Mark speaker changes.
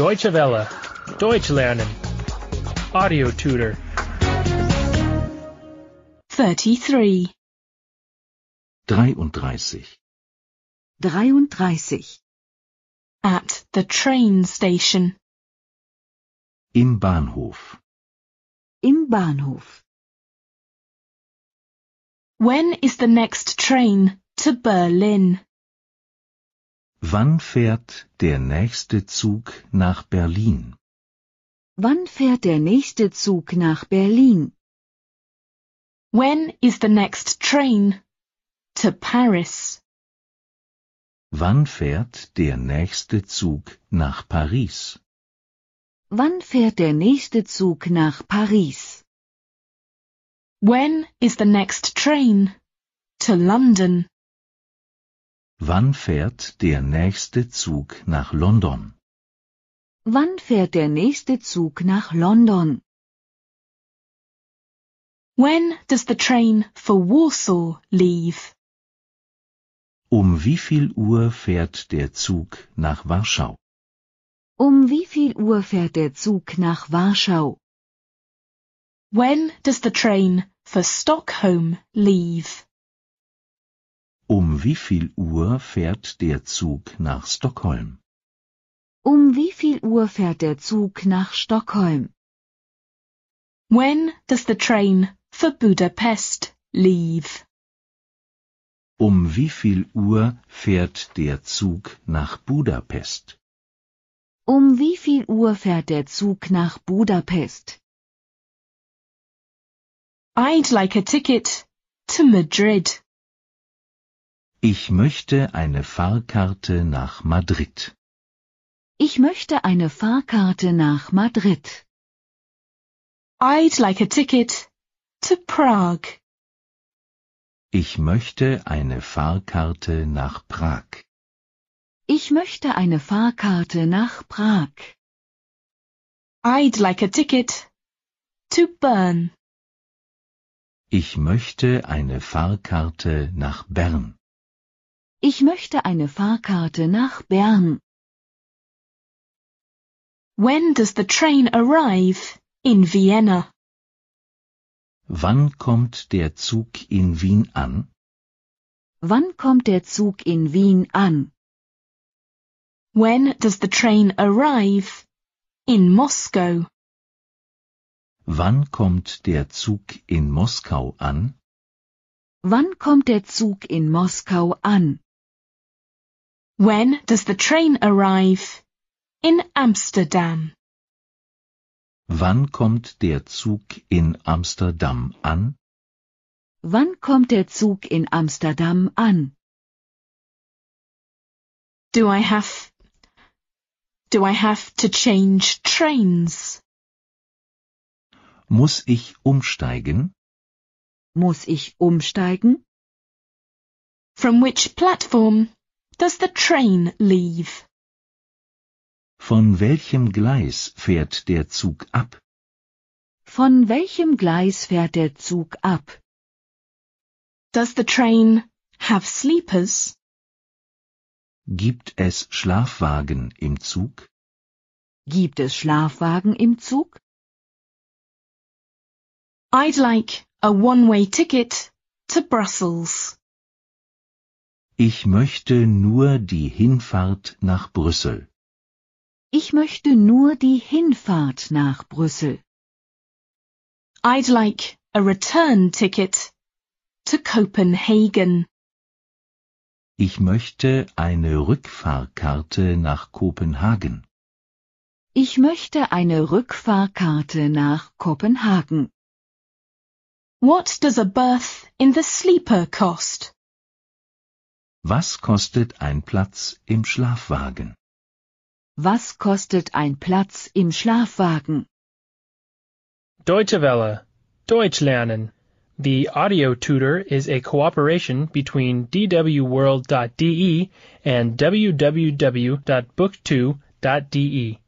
Speaker 1: Deutsche Welle. Deutsch lernen. Audio tutor.
Speaker 2: 33.
Speaker 3: 33.
Speaker 4: 33.
Speaker 2: At the train station.
Speaker 3: Im Bahnhof.
Speaker 4: Im Bahnhof.
Speaker 2: When is the next train to Berlin?
Speaker 3: Wann fährt der nächste Zug nach Berlin?
Speaker 4: Wann fährt der nächste Zug nach Berlin?
Speaker 2: When is the next train to Paris?
Speaker 3: Wann fährt der nächste Zug nach Paris?
Speaker 4: Wann fährt der nächste Zug nach Paris?
Speaker 2: When is the next train to London?
Speaker 3: Wann fährt der nächste Zug nach London?
Speaker 4: Wann fährt der nächste Zug nach London?
Speaker 2: When does the train for Warsaw leave?
Speaker 3: Um wie viel Uhr fährt der Zug nach Warschau?
Speaker 4: Um wie viel Uhr fährt der Zug nach Warschau?
Speaker 2: When does the train for Stockholm leave?
Speaker 3: Um wie viel Uhr fährt der Zug nach Stockholm?
Speaker 4: Um wie viel Uhr fährt der Zug nach Stockholm?
Speaker 2: When does the train for Budapest leave?
Speaker 3: Um wie viel Uhr fährt der Zug nach Budapest?
Speaker 4: Um wie viel Uhr fährt der Zug nach Budapest?
Speaker 2: I'd like a ticket to Madrid.
Speaker 3: Ich möchte eine Fahrkarte nach Madrid.
Speaker 4: Ich möchte eine Fahrkarte nach Madrid.
Speaker 2: I'd like a ticket to Prague.
Speaker 3: Ich möchte eine Fahrkarte nach Prag.
Speaker 4: Ich möchte eine Fahrkarte nach Prag.
Speaker 2: I'd like a ticket to Bern.
Speaker 3: Ich möchte eine Fahrkarte nach Bern.
Speaker 4: Ich möchte eine Fahrkarte nach Bern.
Speaker 2: When does the train arrive in Vienna?
Speaker 3: Wann kommt der Zug in Wien an?
Speaker 4: Wann kommt der Zug in Wien an?
Speaker 2: When does the train arrive in Moscow?
Speaker 3: Wann kommt der Zug in Moskau an?
Speaker 4: Wann kommt der Zug in Moskau an?
Speaker 2: When does the train arrive in Amsterdam?
Speaker 3: Wann kommt der Zug in Amsterdam an?
Speaker 4: Wann kommt der Zug in Amsterdam an?
Speaker 2: Do I have Do I have to change trains?
Speaker 3: Muss ich umsteigen?
Speaker 4: Muss ich umsteigen?
Speaker 2: From which platform does the train leave?
Speaker 3: Von welchem Gleis fährt der Zug ab?
Speaker 4: Von welchem Gleis fährt der Zug ab?
Speaker 2: Does the train have sleepers?
Speaker 3: Gibt es Schlafwagen im Zug?
Speaker 4: Gibt es Schlafwagen im Zug?
Speaker 2: I'd like a one-way ticket to Brussels.
Speaker 3: Ich möchte nur die Hinfahrt nach Brüssel.
Speaker 4: Ich möchte nur die Hinfahrt nach Brüssel.
Speaker 2: I'd like a return ticket to Copenhagen.
Speaker 3: Ich möchte eine Rückfahrkarte nach Kopenhagen.
Speaker 4: Ich möchte eine Rückfahrkarte nach Kopenhagen.
Speaker 2: What does a berth in the sleeper cost?
Speaker 3: Was kostet ein Platz im Schlafwagen?
Speaker 4: Was kostet ein Platz im Schlafwagen?
Speaker 1: Deutsche Welle. Deutsch lernen. The audio tutor is a cooperation between E dwworld.de and www.book2.de.